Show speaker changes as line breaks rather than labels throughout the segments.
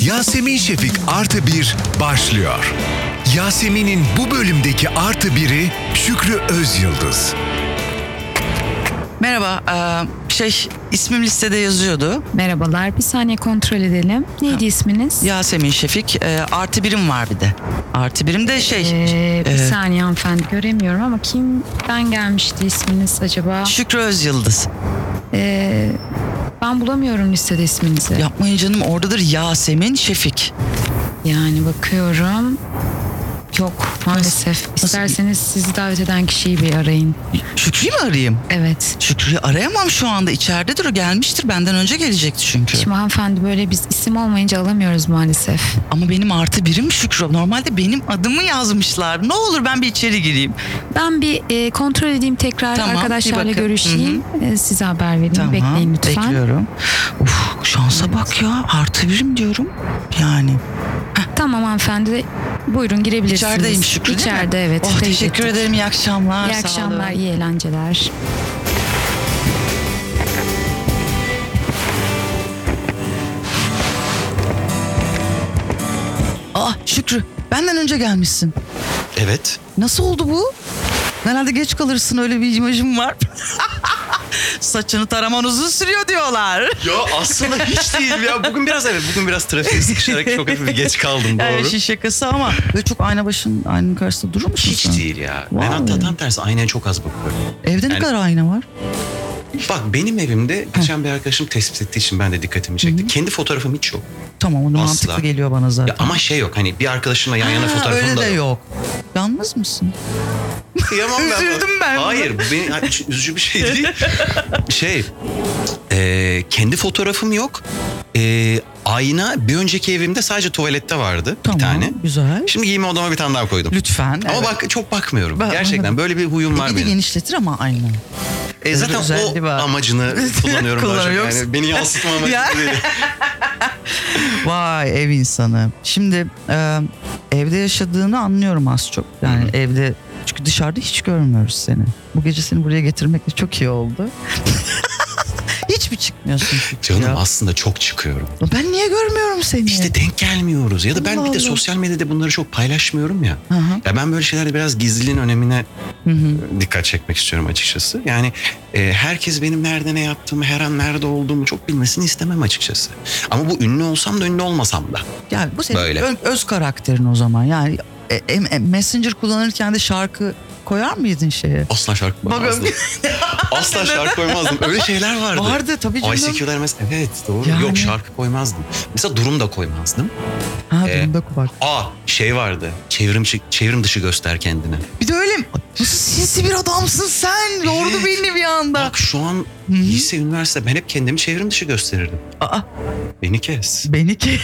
Yasemin Şefik Artı Bir başlıyor. Yasemin'in bu bölümdeki artı biri Şükrü Özyıldız.
Merhaba, eee, şey ismim listede yazıyordu.
Merhabalar. Bir saniye kontrol edelim. Neydi isminiz?
Yasemin Şefik, eee, artı birim var bir de. Artı birim de şey,
Ee, bir
eee,
saniye hanımefendi göremiyorum ama kimden gelmişti isminiz acaba?
Şükrü Özyıldız.
Ee, ben bulamıyorum listede isminizi.
Yapmayın canım oradadır Yasemin Şefik.
Yani bakıyorum. Yok maalesef.
Nasıl-
İsterseniz sizi davet eden kişiyi bir arayın.
Şükrü'yü mü arayayım?
Evet.
Şükrü'yü arayamam şu anda içeridedir o gelmiştir benden önce gelecekti çünkü.
Şimdi hanımefendi böyle biz isim olmayınca alamıyoruz maalesef.
Ama benim artı birim Şükrü. Normalde benim adımı yazmışlar. Ne olur ben bir içeri gireyim.
Ben bir e, kontrol edeyim tekrar
Tamam, bir
arkadaşlarla
bakın.
görüşeyim. E, size haber vereyim. Bekleyin lütfen.
bekliyorum. Uf, şansa bak ya artı birim diyorum. Yani.
Tamam hanımefendi. Buyurun girebilirsiniz.
İçerideyim Şükrü değil mi?
İçeride evet.
Oh,
Teyit
teşekkür
ettik.
ederim. İyi akşamlar.
İyi
sağ
akşamlar,
olun.
iyi eğlenceler.
Aa Şükrü benden önce gelmişsin.
Evet.
Nasıl oldu bu? Genelde geç kalırsın öyle bir imajım var. Saçını taraman uzun sürüyor diyorlar.
Ya aslında hiç değil ya. Bugün biraz evet bugün biraz trafiğe sıkışarak çok hafif geç kaldım
Her
doğru.
işin şakası Ee, ama böyle çok ayna başın aynanın karşısında durur musun sen?
Hiç değil ya.
Vay.
Ben hatta tam tersi aynaya çok az bakıyorum.
Evde ne
Yani-
kadar ayna var?
Bak benim evimde geçen bir arkadaşım tespit ettiği için ben de dikkatimi çekti. Kendi fotoğrafım hiç yok.
Tamam onu
Asla.
mantıklı geliyor bana zaten.
Ya ama şey yok hani bir arkadaşımla yan yana
Ha,
fotoğrafım
öyle
da
de
yok.
yok. Yalnız mısın?
Kıyamam ben. buna.
Üzüldüm ben buna.
Hayır bu benim ha, hiç üzücü bir şey değil. şey e, kendi fotoğrafım yok. E, ayna bir önceki evimde sadece tuvalette vardı
Tamam.
bir tane.
Güzel.
Şimdi giyme odama bir tane daha koydum.
Lütfen.
Ama
evet.
bak çok bakmıyorum.
Ben
Gerçekten
anladım.
böyle bir huyum var
Bir de
benim.
genişletir ama ayna.
E zaten
özelliği
o
var.
amacını kullanıyorum daha çok.
Kullanıyorsun.
Yani beni yansıtma amacı
Ya.
değil.
Vay ev insanı. Şimdi e, evde yaşadığını anlıyorum az çok. Yani evde çünkü dışarıda hiç görmüyoruz seni. Bu gece seni buraya getirmek de çok iyi oldu. Hiç mi çıkmıyorsun? çünkü
Canım
ya?
aslında çok çıkıyorum.
Ben niye görmüyorum seni?
İşte denk gelmiyoruz. Ya da ben
Allah
bir de
Allah.
sosyal medyada bunları çok paylaşmıyorum ya.
Hı hı,
Ya ben böyle şeylerde biraz gizliliğin önemine e,
hı hı.
dikkat çekmek istiyorum açıkçası. Yani e, herkes benim nerede ne yaptığımı, her an nerede olduğumu çok bilmesini istemem açıkçası. Ama bu ünlü olsam da ünlü olmasam da.
Yani bu senin
Böyle.
ö- öz karakterin o zaman. Yani e, em- em- Messenger kullanırken de şarkı koyar mıydın şeye?
Asla şarkı
Bakın.
koymazdım. Asla şarkı koymazdım. Öyle şeyler vardı.
Vardı tabii canım.
ICQ'ler mesela evet doğru.
Yani.
Yok şarkı koymazdım. Mesela durum da koymazdım.
Ha,
Ee,
durumda bak.
Aa şey vardı. Çevrim, çi- çevrim dışı göster kendini.
Bir de öyle mi? Nasıl sinsi bir adamsın sen? Yordu
Evet.
beni bir anda.
Bak şu an lise, üniversite ben hep kendimi çevrim dışı gösterirdim.
Aa,
Beni kes.
beni ki.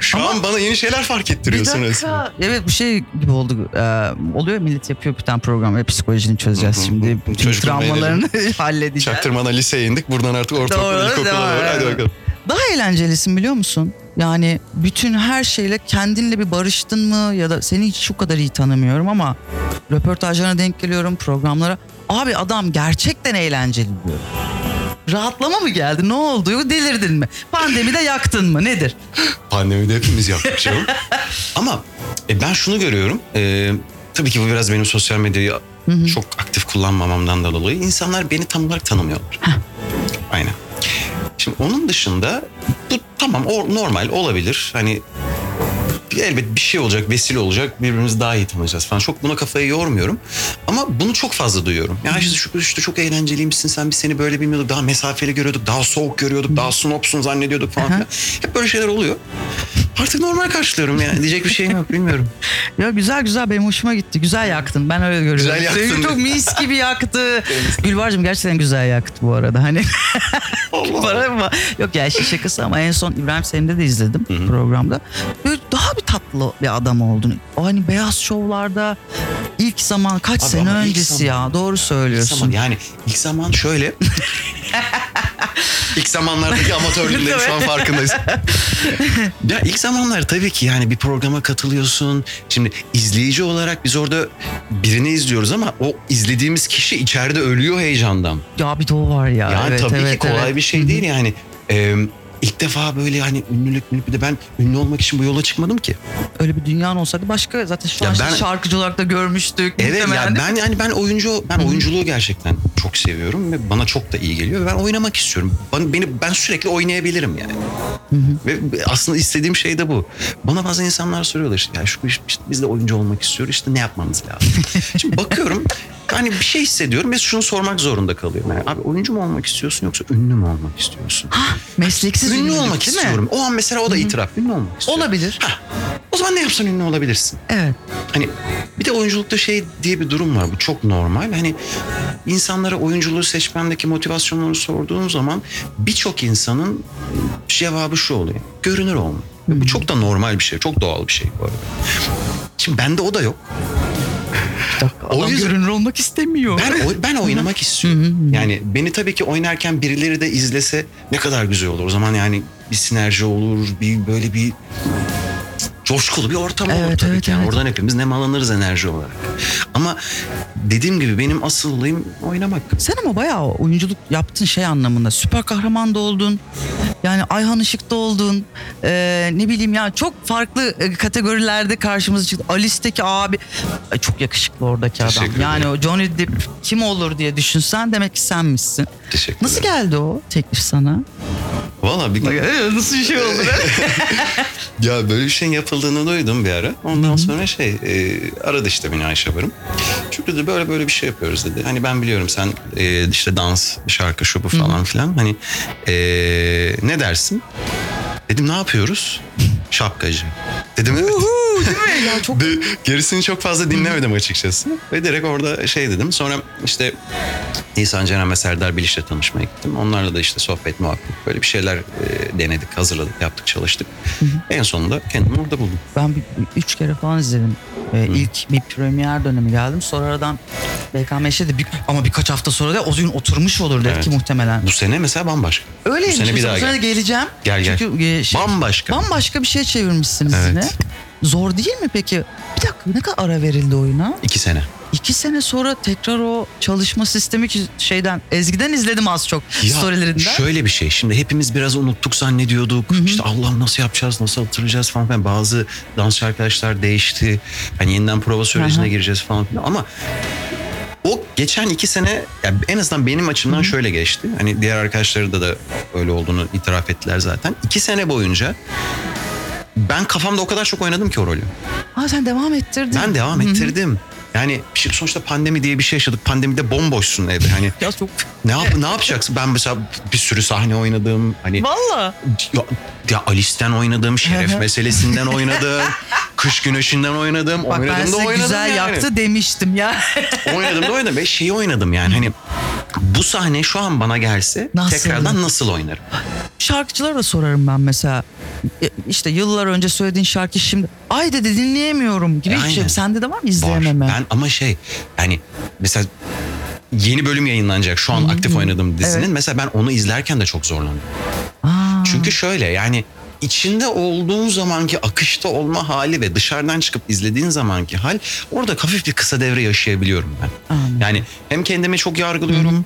Şu an bana yeni şeyler fark ettiriyorsun resmen.
Evet bu şey gibi oldu. Ee, oluyor ya, millet yapıyor bir tane program. ve Psikolojini çözeceğiz
Hı hı hı.
şimdi. Bütün
Çocukluğun
travmalarını halledeceğiz.
Çaktırmadan liseye indik. Buradan artık
Doğru,
ortaokul, ilkokula
doğru,
doğru. Hadi
evet.
bakalım.
Daha eğlencelisin biliyor musun? Yani bütün her şeyle kendinle bir barıştın mı? Ya da seni hiç şu kadar iyi tanımıyorum ama röportajlarına denk geliyorum, programlara. Abi adam gerçekten eğlenceli diyor. Rahatlama mı geldi? Ne oldu? Delirdin mi? Pandemide yaktın mı? Nedir?
Pandemide hepimiz yaptık canım. Ama e, ben şunu görüyorum. E, tabii ki bu biraz benim sosyal medyayı çok aktif kullanmamamdan da dolayı. insanlar beni tam olarak tanımıyorlar. Aynen. Şimdi onun dışında bu tamam o normal olabilir. Hani elbet bir şey olacak, vesile olacak. Birbirimizi daha iyi tanıyacağız falan. Çok buna kafayı yormuyorum. Ama bunu çok fazla duyuyorum. Ya işte şu işte çok eğlenceliymişsin sen biz seni böyle bilmiyorduk. Daha mesafeli görüyorduk, daha soğuk görüyorduk, daha snobsun zannediyorduk falan
Aha.
filan. Hep böyle şeyler oluyor. Artık normal karşılıyorum yani. Diyecek bir şeyim yok bilmiyorum.
Ya güzel güzel benim hoşuma gitti. Güzel yaktın. Ben öyle görüyorum.
Güzel yaktın.
Sevgi Çok mis gibi yaktı. Gülbar'cığım gerçekten güzel yaktı bu arada. Hani para mı? Yok ya işin şakası ama en son İbrahim Selim'de de izledim programda. Böyle daha bir tatlı bir adam oldun. O hani beyaz şovlarda ilk zaman kaç
Abi
sene
ama ilk
öncesi
zaman-
ya. Doğru
İlk
söylüyorsun.
zaman yani ilk zaman şöyle. ilk zamanlardaki amatörlüğündeyim şu an farkındayız. ya ilk zamanlar tabii ki yani bir programa katılıyorsun. Şimdi izleyici olarak biz orada birini izliyoruz ama o izlediğimiz kişi içeride ölüyor heyecandan.
Ya bir de o var ya.
Yani
evet,
tabii
evet,
ki kolay şey.
evet.
bir şey değil yani. Ee, ilk defa böyle hani ünlülük ünlülük bir de ben ünlü olmak için bu yola çıkmadım ki.
Öyle bir dünyan olsaydı başka zaten şu
Ya
an
ben-
şarkıcı olarak da görmüştük.
Evet
muhtemelen
ya
değil mi?
ben yani ben oyuncu ben oyunculuğu gerçekten çok seviyorum ve bana çok da iyi geliyor. Ben oynamak istiyorum. Bana, beni ben sürekli oynayabilirim yani. Ve aslında istediğim şey de bu. Bana bazen insanlar soruyorlar işte ya şu iş- işte biz de oyuncu olmak istiyoruz. işte ne yapmamız lazım? Şimdi bakıyorum hani bir şey hissediyorum ve şunu sormak zorunda kalıyorum. Yani, abi oyuncu mu olmak istiyorsun yoksa ünlü mü olmak istiyorsun?
Ah, Mesleksiz
ünlü
ünlülük,
olmak
değil mi?
istiyorum. O an mesela o da itiraf. Ünlü olmak istiyorum.
Olabilir.
Hah, o zaman ne yapsan ünlü olabilirsin.
Evet.
Hani bir de oyunculukta şey diye bir durum var. Bu çok normal. Hani insanlara oyunculuğu seçmemdeki motivasyonları sorduğun zaman birçok insanın cevabı şu oluyor. Görünür olma. Bu çok da normal bir şey. Çok doğal bir şey bu arada. Şimdi bende o da yok.
Adam
yüzden-
görünür olmak istemiyor.
Ben oy- ben oynamak istiyorum. Yani beni tabii ki oynarken birileri de izlese ne kadar güzel olur. O zaman yani bir sinerji olur, bir böyle bir coşkulu bir ortam olur
Evet,
tabii
evet,
ki. Yani
evet.
Oradan hepimiz nemalanırız enerji olarak. Ama dediğim gibi benim asıl olayım oynamak.
Sen ama bayağı oyunculuk yaptın şey anlamında. Süper kahraman da oldun. Yani Ayhan Işık'ta oldun. Ee, ne bileyim ya çok farklı e, kategorilerde karşımıza çıktı. Alice'deki abi Ay, çok yakışıklı oradaki adam.
Teşekkür
Yani
ederim.
o Johnny Depp kim olur diye düşünsen demek ki senmişsin.
Teşekkürler.
Nasıl geldi o teklif sana?
Valla bir
Nasıl bir şey oldu?
Ya böyle bir şeyin yapıldığını duydum bir ara. Ondan sonra şey e, aradı işte beni Ayşe Barım. Çünkü dedi böyle böyle bir şey yapıyoruz dedi. Hani ben biliyorum sen e, işte dans, şarkı, şu bu falan filan. Hani e, ne dersin? Dedim ne yapıyoruz? Şapkacı. Dedim evet.
değil mi? Ya çok
De- gerisini çok fazla dinlemedim açıkçası. Ve direkt orada şey dedim. Sonra işte Nisan Ceren ve Serdar Biliş'le tanışmaya gittim. Onlarla da işte sohbet, muhabbet böyle bir şeyler e, denedik, hazırladık, yaptık, çalıştık. En sonunda kendimi orada buldum.
Ben bir, üç kere falan izledim. Ee, ilk bir premier dönemi geldim. Sonra aradan BKMŞ'e de bir, ama birkaç hafta sonra da o gün oturmuş olur dedi
Evet.
ki muhtemelen.
Bu sene mesela bambaşka.
Öyleymiş.
Bu sene bir
Mesela
daha
bu sene de
gel.
geleceğim.
Gel, gel.
Çünkü e, şey-
Bambaşka.
bambaşka bir şey çevirmişsiniz
Evet.
yine. Zor değil mi peki? Bir dakika ne kadar ara verildi oyuna?
İki sene.
İki sene sonra tekrar o çalışma sistemi ki şeyden Ezgi'den izledim az çok
Ya,
storylerinden.
Şöyle bir şey. Şimdi hepimiz biraz unuttuk zannediyorduk. İşte Allah'ım nasıl yapacağız, nasıl hatırlayacağız falan. filan. bazı dansçı arkadaşlar değişti. Hani yeniden prova sürecine
Aha.
gireceğiz falan filan. Ama o geçen iki sene ya en azından benim açımdan şöyle geçti. Hani diğer arkadaşları da da öyle olduğunu itiraf ettiler zaten. İki sene boyunca ben kafamda o kadar çok oynadım ki o rolü.
Ha sen devam ettirdin.
Ben devam ettirdim. Yani şimdi sonuçta pandemi diye bir şey yaşadık. Pandemide bomboşsun evde. Hani
Ya çok...
ne yap ne yapacaksın? Ben mesela bir sürü sahne oynadım. Hani
Valla.
ya, ya Alice'den oynadım,
Hı hı.
Şeref meselesinden oynadım. Kış güneşinden oynadım,
Bak
oynadım
ben
da
size
oynadım.
güzel
yani.
yaptı demiştim ya.
Oynadım da oynadım ve şeyi oynadım yani hani bu sahne şu an bana gelse
Nasıl?
tekrardan nasıl oynarım?
şarkıcılara da sorarım ben mesela. E, işte yıllar önce söylediğin şarkı şimdi ay dedi dinleyemiyorum gibi
E,
bir şey.
aynen.
Sende de var mı
Var.
izleyememe?
Ben ama şey yani mesela yeni bölüm yayınlanacak şu an aktif oynadığım dizinin.
Evet.
Mesela ben onu izlerken de çok zorlandım.
Aa,
Çünkü şöyle yani içinde olduğun zamanki akışta olma hali ve dışarıdan çıkıp izlediğin zamanki hal orada hafif bir kısa devre yaşayabiliyorum ben.
Anladım.
Yani hem kendimi çok yargılıyorum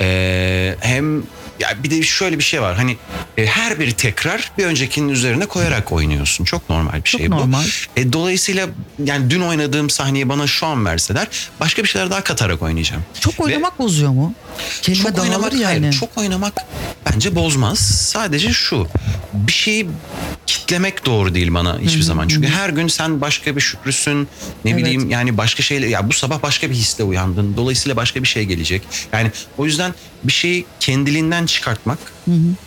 eee, hem ya bir de şöyle bir şey var hani e, her bir tekrar bir öncekinin üzerine koyarak oynuyorsun. Çok normal bir
Çok
şey bu.
normal.
E, dolayısıyla yani dün oynadığım sahneyi bana şu an verseler başka bir şeyler daha katarak oynayacağım.
çok
Ve-
oynamak bozuyor mu? Kelime
çok oynamak
dağılır yani.
hayır, çok oynamak bence bozmaz. Sadece şu bir şeyi kitlemek doğru değil bana hiçbir zaman. Çünkü her gün sen başka bir şükrüsün. Ne
Evet.
bileyim yani başka şeyle ya bu sabah başka bir hisle uyandın. Dolayısıyla başka bir şey gelecek. Yani o yüzden bir şeyi kendiliğinden çıkartmak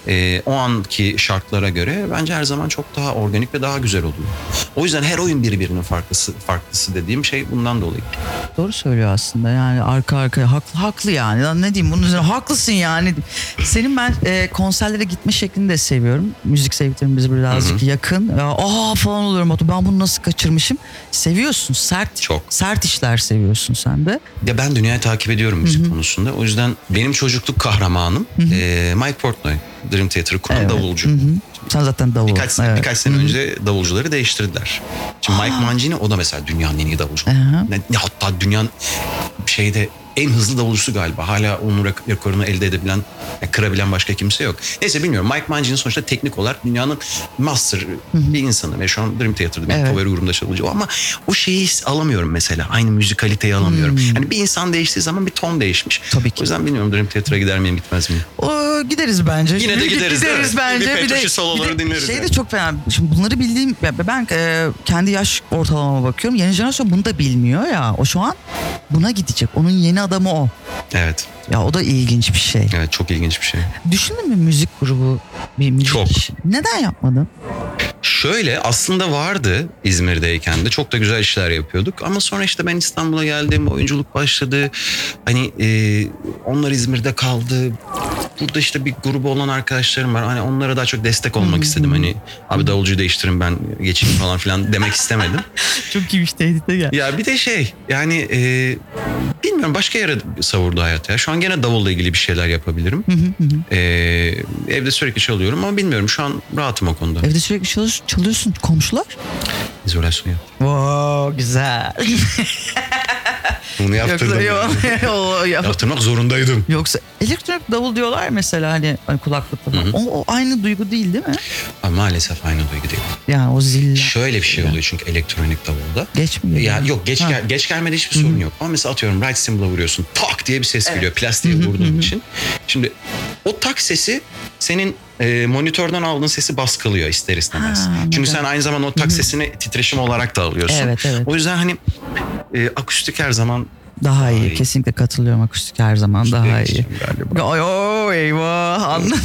e, o anki şartlara göre bence her zaman çok daha organik ve daha güzel oluyor. O yüzden her oyun birbirinin farklısı farklısı dediğim şey bundan dolayı.
Doğru söylüyor aslında yani arka arkaya haklı, haklı yani Lan ne diyeyim bunun üzerine haklısın yani. Senin ben e, konserlere gitme şeklini de seviyorum. Müzik sevdiklerimiz birazcık yakın. Ya, Aa falan oluyorum Batu, ben bunu nasıl kaçırmışım. Seviyorsun sert
Çok.
sert işler seviyorsun sen de.
Ya ben dünyayı takip ediyorum müzik konusunda. O yüzden benim çocukluk kahramanım eee, Mike Portnoy. Dream Theater'ı kuran davulcu.
Sen zaten davul.
Birkaç,
evet.
birkaç sene önce davulcuları değiştirdiler. Şimdi Mike Mangini o da mesela dünyanın en iyi davulcu.
Aha.
Ne, ne hatta dünyanın şeyde en hızlı davulcusu galiba. Hala onun rak- rekorunu elde edebilen, yani kırabilen başka kimse yok. Neyse bilmiyorum. Mike Mangini sonuçta teknik olarak dünyanın master bir insanı ve şu an Dream Theater'da benim
Evet.
favori grubumda çalışıyor. Ama o şeyi his- alamıyorum mesela. Aynı müzikaliteyi alamıyorum. Yani bir insan değiştiği zaman bir ton değişmiş.
Hmm. Tabii ki.
O yüzden bilmiyorum Dream Theater'a gider miyim gitmez miyim?
O, gideriz bence.
Yine de
Yürü git,
gideriz, değil mi?
Gideriz bence.
Bir
Bir, de,
Petrus'u soloları
bir de
dinleriz
şey de
yani.
çok fena. Şimdi bunları bildiğim ya ben e, kendi yaş ortalamama bakıyorum. Yeni jenerasyon bunu da bilmiyor ya. O şu an buna gidecek. Onun yeni adamı o.
Evet.
Ya o da ilginç bir şey.
Evet çok ilginç bir şey.
Düşündün mü müzik grubu bir müzik?
Çok.
işi? Neden yapmadın?
Şöyle aslında vardı İzmir'deyken de çok da güzel işler yapıyorduk ama sonra işte ben İstanbul'a geldim oyunculuk başladı hani e, onlar İzmir'de kaldı burada işte bir grubu olan arkadaşlarım var hani onlara daha çok destek olmak istedim hani abi davulcu değiştirin ben geçeyim falan filan demek istemedim
Çok iyiymiş tehdide gel.
ya bir de şey yani e, bilmiyorum başka yere savurdu hayat ya şu an gene davulla ilgili bir şeyler yapabilirim E, evde sürekli çalıyorum ama bilmiyorum şu an rahatım o konuda
Evde sürekli çalış, çalıyorsun komşular.
izolasyon yap.
Wow güzel.
Bunu yaptırdım.
Yoksa, yok, o yap-
Yaptırmak zorundaydım.
Yoksa elektronik davul diyorlar mesela hani, hani kulaklıkta falan. O, o aynı duygu değil değil mi?
Ama maalesef aynı duygu değil.
Yani o ziller.
Şöyle bir şey oluyor çünkü elektronik davulda.
Geç mi?
Ya
geliyor?
yok geç
Ha.
gel, geç gelmede hiçbir sorun yok. Ama mesela atıyorum right symbol'a vuruyorsun. Tak diye bir ses geliyor plastiğe vurduğun için. Şimdi o tak sesi senin e, monitörden aldığın sesi baskılıyor ister istemez.
Ha, anladım.
Çünkü sen aynı zamanda o tak sesini titreşim olarak da alıyorsun.
Evet, evet.
O yüzden hani e, akustik her zaman
Daha iyi.
Ay.
Kesinlikle katılıyorum akustik her zaman daha iyi.
geçiyorum galiba.
Ay oy, eyvah anladım.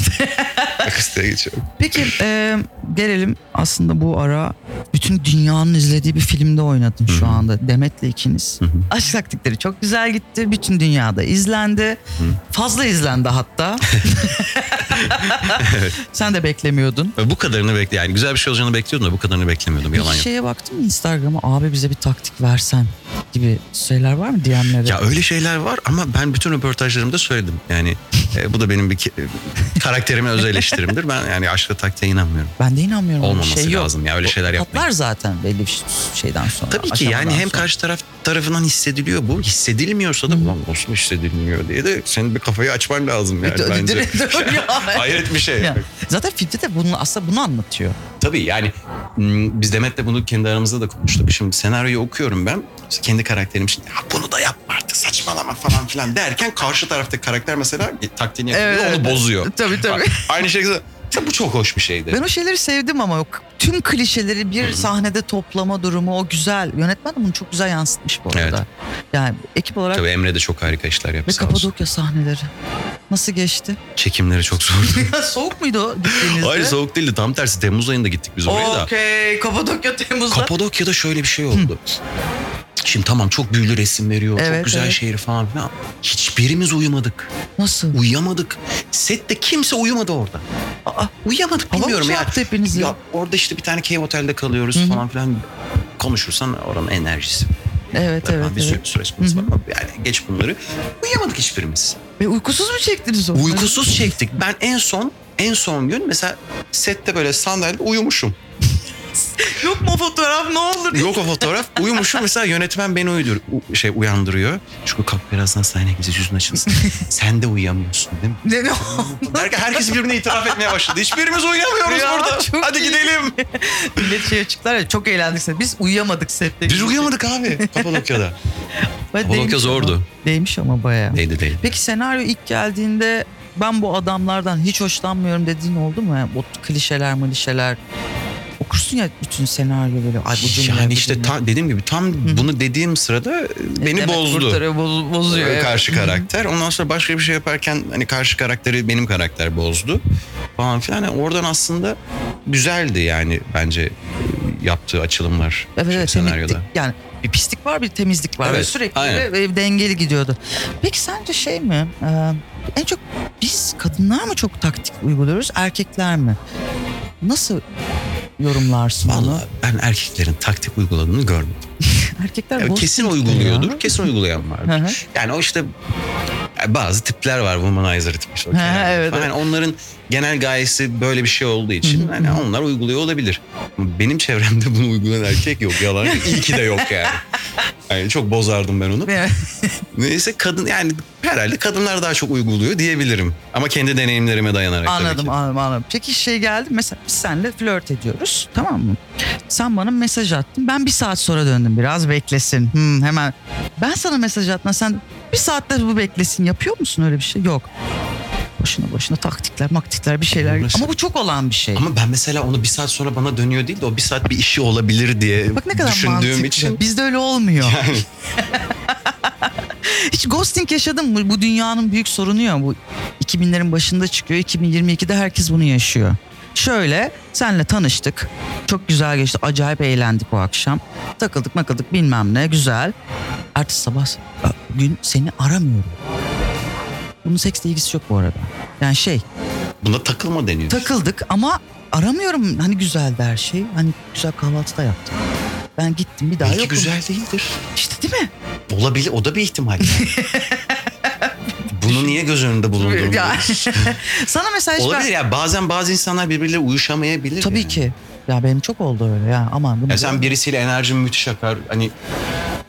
Akustiğe geçiyorum.
Peki e, gelelim aslında bu ara bütün dünyanın izlediği bir filmde oynadın şu anda Demet'le ikiniz. Aşk taktikleri çok güzel gitti. Bütün dünyada izlendi. Fazla izlendi hatta. Sen de beklemiyordun.
Bu kadarını bekle yani güzel bir şey olacağını bekliyordum da bu kadarını beklemiyordum yalan
Hiç
yok.
şeye baktın mı Instagram'a abi bize bir taktik versen gibi şeyler var mı DM'lere?
Ya öyle şeyler var ama ben bütün röportajlarımda söyledim. Yani e, bu da benim bir ke- e, karakterime öz eleştirimdir. Ben yani aşkla taktiğe inanmıyorum.
Ben de inanmıyorum. öyle bir
Olmaması
şey yok.
lazım ya öyle şeyler yapmayın.
Patlar zaten belli bir şey şeyden sonra.
Tabii ki yani
aşamadan
hem
sonra.
karşı taraf tarafından hissediliyor bu. Hissedilmiyorsa da ulan nasıl hissedilmiyor diye de senin bir kafayı açman lazım yani
Dur,
bence.
dur, dur ya.
Hayret bir şey.
Ya, zaten filmde de bunu aslında bunu anlatıyor.
Tabii yani m, biz Demet'le bunu kendi aramızda da konuştuk. Şimdi senaryoyu okuyorum ben. İşte Kendi karakterim için ya bunu da yapma artık saçmalama falan filan derken karşı taraftaki karakter mesela e, taktiğini yapıyor
Evet,
onu
evet.
bozuyor.
Tabii, tabii.
Bak, Aynı şekilde bu çok hoş bir şeydi.
Ben o şeyleri sevdim ama yok. Tüm klişeleri bir sahnede toplama durumu o güzel. Yönetmen de bunu çok güzel yansıtmış bu arada.
Evet.
Yani ekip olarak
Tabii Emre de çok harika işler yaptı.
ve
sağ olsun.
Kapadokya sahneleri. Nasıl geçti?
Çekimleri çok zordu.
Ya soğuk muydu o gittiğinizde?
Hayır soğuk değildi tam tersi Temmuz ayında gittik biz oraya da.
Okey. Kapadokya Temmuz'da.
Kapadokya'da şöyle bir şey oldu. Şimdi tamam çok büyülü resim veriyor.
Evet,
çok güzel
evet.
şehir falan filan. Hiçbirimiz uyumadık.
Nasıl?
Uyuyamadık. Sette kimse uyumadı orada.
Aa,
Uyuyamadık
Hava mı
bilmiyorum ya.
çarptı hepinizi?
Ya orada işte bir tane Cave Otel'de kalıyoruz falan filan. Konuşursan oranın enerjisi.
evet
falan.
evet.
bir sürü
evet.
süresimiz var. Yani geç bunları. Uyuyamadık hiçbirimiz.
Ve uykusuz mu çektiniz onları?
Uykusuz çektik. Ben en son en son gün mesela sette böyle sandalyede uyumuşum.
Yok mu o fotoğraf ne olur?
Yok o fotoğraf. Uyumuşum mesela yönetmen beni uyudur, u- şey uyandırıyor. Çünkü kalk birazdan sahneye gideceğiz yüzün açılsın. Sen de uyuyamıyorsun değil mi?
Ne, ne
Derken herkes birbirine itiraf etmeye başladı. Hiçbirimiz uyuyamıyoruz
Ya, çok
burada. Hadi
iyi.
gidelim.
Millet şey açıklar ya çok eğlendik set. Biz uyuyamadık sette.
Biz uyuyamadık abi Kapadokya'da.
Ve
Kapadokya
değmiş ama-
zordu.
Değmiş ama baya.
Neydi değil.
Peki senaryo ilk geldiğinde ben bu adamlardan hiç hoşlanmıyorum dediğin oldu mu? Yani o klişeler malişeler. Okursun ya bütün senaryo böyle. Ay bu cümle,
yani
bu
işte
cümle.
tam, dediğim gibi tam bunu dediğim sırada e, beni
Demek
bozdu. Ee,
kurtarıyor, boz- bozuyor. evet.
karşı karakter. Ondan sonra başka bir şey yaparken hani karşı karakteri benim karakter bozdu falan filan. Yani oradan aslında güzeldi yani bence e, yaptığı açılımlar
Evet,
şey,
evet
senaryoda.
temizlik. Yani bir pislik var bir temizlik var.
Evet,
Böyle sürekli
aynen.
de, e, dengeli gidiyordu. Peki sence şey mi? e, en çok biz kadınlar mı çok taktik uyguluyoruz erkekler mi? Nasıl yorumlarsın bunu?
Vallahi ben erkeklerin taktik uyguladığını görmedim.
Erkekler
Yani
boş
E, kesin
çıktı ya.
uyguluyordur. Kesin uygulayan
Hı hı.
vardır. yani o işte e, bazı tipler var womanizer tipi. işte o kenarda
evet,
falan. Yani hani onların genel gayesi böyle bir şey olduğu için hani onlar uyguluyor olabilir. Ama Benim çevremde bunu uygulayan erkek yok yalan. yok. İyi ki de yok yani. Yani çok bozardım ben onu. Neyse kadın yani herhalde kadınlar daha çok uyguluyor diyebilirim. Ama kendi deneyimlerime dayanarak tabii
anladım
ki.
anladım anladım. Peki şey geldi mesela biz seninle flört ediyoruz tamam mı? Sen bana mesaj attın ben bir saat sonra döndüm biraz beklesin Hmm, hemen. Ben sana mesaj attın sen bir saatte bu beklesin yapıyor musun öyle bir şey? Yok. Başına başına taktikler maktikler bir şeyler.
Nasıl?
Ama bu çok olan bir şey.
Ama ben mesela onu bir saat sonra bana dönüyor değil de o bir saat bir işi olabilir diye
Bak ne kadar
düşündüğüm
mantıklı.
için.
Bizde öyle olmuyor. Hiç ghosting yaşadın mı? Bu dünyanın büyük sorunu ya. Bu 2000'lerin başında çıkıyor. 2022'de herkes bunu yaşıyor. Şöyle senle tanıştık. Çok güzel geçti. Acayip eğlendik o akşam. Takıldık makıldık bilmem ne güzel. Ertesi sabah gün seni aramıyorum. Bunun seksle ilgisi yok bu arada. Yani şey
Buna takılma deniyor.
takıldık ama aramıyorum. Hani güzeldi her şey. Hani güzel kahvaltı da yaptık. Ben gittim bir daha
Belki
yok.
güzel değildir.
İşte değil mi?
Olabilir. O da bir ihtimal. Bunu niye göz önünde
Ya.
bulundurmuyoruz?
Sana mesaj ver.
Olabilir ya. Bazen bazı insanlar birbirleriyle uyuşamayabilir.
Tabii
yani.
ki. Ya benim çok oldu öyle ya. Aman bunu
Ya sen birisiyle enerjin müthiş akar. Hani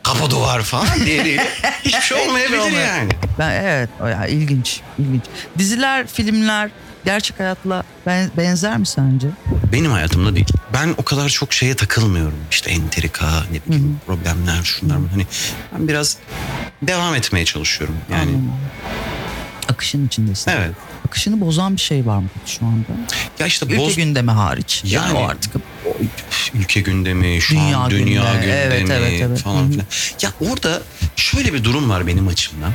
kafa duvar falan diğeriyle. Hiçbir şey olmayabilir
olmuyor.
yani.
Ben evet o ya ilginç, ilginç. Diziler, filmler gerçek hayatla ben, benzer mi sence?
Benim hayatımda değil. Ben o kadar çok şeye takılmıyorum. İşte entrika, ne bileyim problemler, şunlar. bunlar. Hani ben biraz devam etmeye çalışıyorum. Yani
Akışın içindesin.
evet.
Akışını bozan bir şey var mı şu anda?
Ya işte
Ülke
boz
gündemi hariç. Yani,
Yani-
o artık.
ülke gündemi, şu
Dünya
an dünya
gündemi.
gündemi,
Evet, evet, evet. Hı
falan
hı.
filan. Ya orada şöyle bir durum var benim açımdan.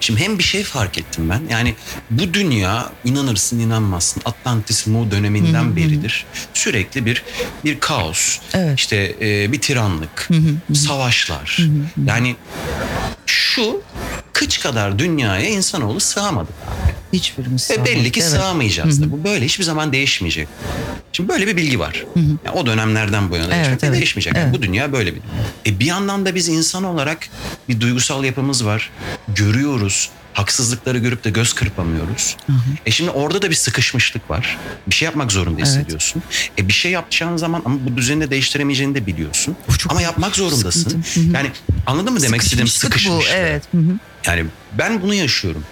Şimdi hem bir şey fark ettim ben. Yani bu dünya inanırsın inanmazsın Atlantis Mu döneminden beridir. Sürekli bir bir kaos.
Evet.
İşte e, bir tiranlık, savaşlar. Yani şu kıç kadar dünyaya insanoğlu sığamadı.
Hiçbirimiz
Ve E, belli
sağlamak,
ki
evet.
sığamayacağız da. Bu böyle hiçbir zaman değişmeyecek. Şimdi böyle bir bilgi var. Yani o dönemlerden bu yana
Evet,
evet,
evet.
değişmeyecek. Yani
Evet.
bu dünya böyle bir. E bir yandan da biz insan olarak bir duygusal yapımız var. Görüyoruz. Haksızlıkları görüp de göz kırpamıyoruz. E şimdi orada da bir sıkışmışlık var. Bir şey yapmak zorunda
Evet.
hissediyorsun. E bir şey yapacağın zaman ama bu düzeni de değiştiremeyeceğini de biliyorsun.
Bu çok
ama yapmak zorundasın. Yani anladın mı demek istediğim
Sıkışmışlık
sıkışmışlık?
bu evet. Hı hı.
Yani ben bunu yaşıyorum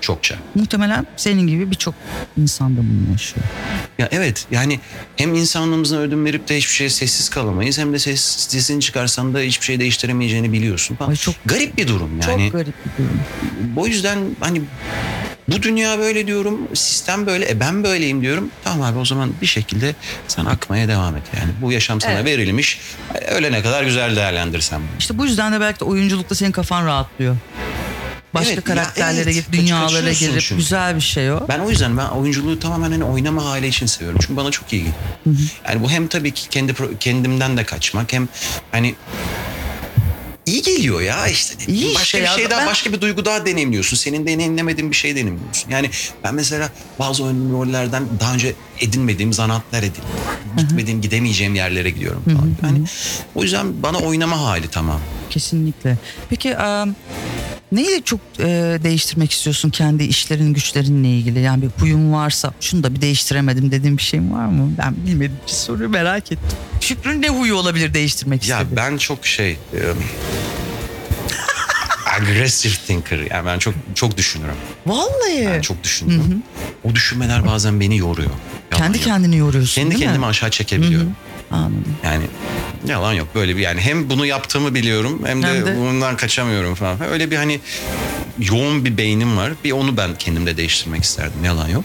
çokça.
Muhtemelen senin gibi birçok insan da bunu yaşıyor.
Ya evet yani hem insanlığımızdan ödün verip de hiçbir şeye sessiz kalamayız hem de ses, sesini çıkarsan da hiçbir şey değiştiremeyeceğini biliyorsun falan.
Ay çok-
garip bir durum yani.
Çok garip bir durum.
o yüzden hani bu dünya böyle diyorum, sistem böyle, e ben böyleyim diyorum. Tamam abi o zaman bir şekilde sen akmaya devam et yani. Bu yaşam sana
Evet.
verilmiş. E, Ölene kadar güzel değerlendirsen. bunu.
İşte bu yüzden de belki de oyunculukta senin kafan rahatlıyor. Başka
Evet, ya
karakterlere
evet.
girip dünyalara
Kaçıyorsun
girip
çünkü.
güzel bir şey o.
Ben o yüzden ben oyunculuğu tamamen hani oynama hali için seviyorum. Çünkü bana çok iyi geliyor. Yani bu hem tabii ki kendi pro- kendimden de kaçmak hem hani iyi geliyor ya işte. Ne
İyi
bileyim,
işte
başka bir
ya.
şey daha
Ben-
başka bir duygu daha deneyimliyorsun. Senin deneyimlemediğin bir şey deneyimliyorsun. Yani ben mesela bazı oyun rollerden daha önce edinmediğim zanaatlar edindim. Gitmediğim, gidemeyeceğim yerlere gidiyorum falan. Yani o yüzden bana oynama hali tamam.
Kesinlikle. Peki e, neyi çok e, değiştirmek istiyorsun kendi işlerin güçlerinle ilgili? Yani bir huyun varsa şunu da bir değiştiremedim dediğin bir şeyin var mı? Ben bilmediğim bir soruyu merak ettim. Şükrün ne huyu olabilir değiştirmek
Ya
istediğin?
ben çok şey e, aggressive thinker. Yani ben çok çok düşünürüm.
Vallahi.
Ben çok düşünüyorum. O düşünmeler bazen beni yoruyor. Yalan
kendi
yok.
kendini yoruyorsun
kendi
değil mi?
kendimi aşağı çekebiliyorum.
Anladım.
Yani yalan yok böyle bir yani hem bunu yaptığımı biliyorum hem de,
Hem de-
bundan kaçamıyorum falan. Öyle bir hani yoğun bir beynim var. Bir onu ben kendimde değiştirmek isterdim. Yalan yok.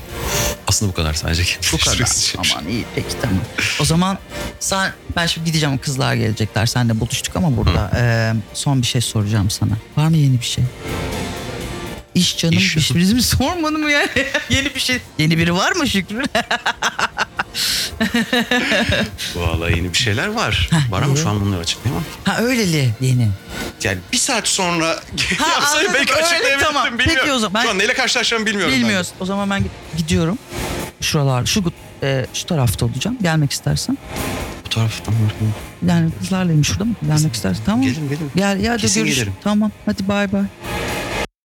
Aslında bu kadar sadece kendi
Bu kadar. Aman iyi peki tamam. O zaman sen ben şimdi gideceğim kızlar gelecekler. Senle buluştuk ama burada eee, son bir şey soracağım sana. Var mı yeni bir şey? İş canım
İş-
iş, bizim sormadı mı yani? yeni bir şey. Yeni biri var mı Şükrü?
Valla yeni bir şeyler var. var ama
iyi.
şu an bunları açıklayamam.
ha öyleli yeni.
Yani bir saat sonra
Ha, anladım. Öyle, tamam. Peki
bilmiyorum.
o zaman ben-
Şu an neyle karşılaşacağımı bilmiyorum. ben de.
Bilmiyoruz. O zaman ben git- gidiyorum. Şuralar şu eee, şu tarafta olacağım. Gelmek istersen.
Bu taraftan bakıyorum.
Yani kızlarlayım şurada mı? Gelmek istersen tamam.
Gelin, gelin.
Gel ya da
Kesin
görüş.
gelirim.
Tamam. Hadi bay bay.